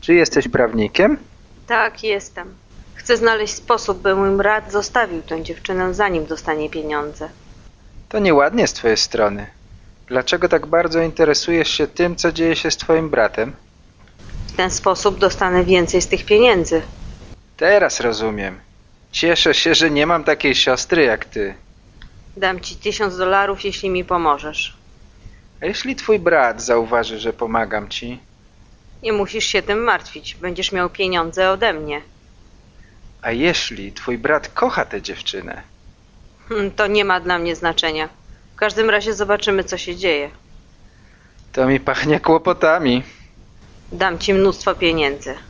Czy jesteś prawnikiem? Tak, jestem. Chcę znaleźć sposób, by mój brat zostawił tę dziewczynę, zanim dostanie pieniądze. To nieładnie z twojej strony. Dlaczego tak bardzo interesujesz się tym, co dzieje się z twoim bratem? W ten sposób dostanę więcej z tych pieniędzy. Teraz rozumiem. Cieszę się, że nie mam takiej siostry jak ty. Dam ci tysiąc dolarów, jeśli mi pomożesz. A jeśli twój brat zauważy, że pomagam ci? Nie musisz się tym martwić. Będziesz miał pieniądze ode mnie. A jeśli twój brat kocha tę dziewczynę? Hm, To nie ma dla mnie znaczenia. W każdym razie zobaczymy, co się dzieje. To mi pachnie kłopotami. Dam ci mnóstwo pieniędzy.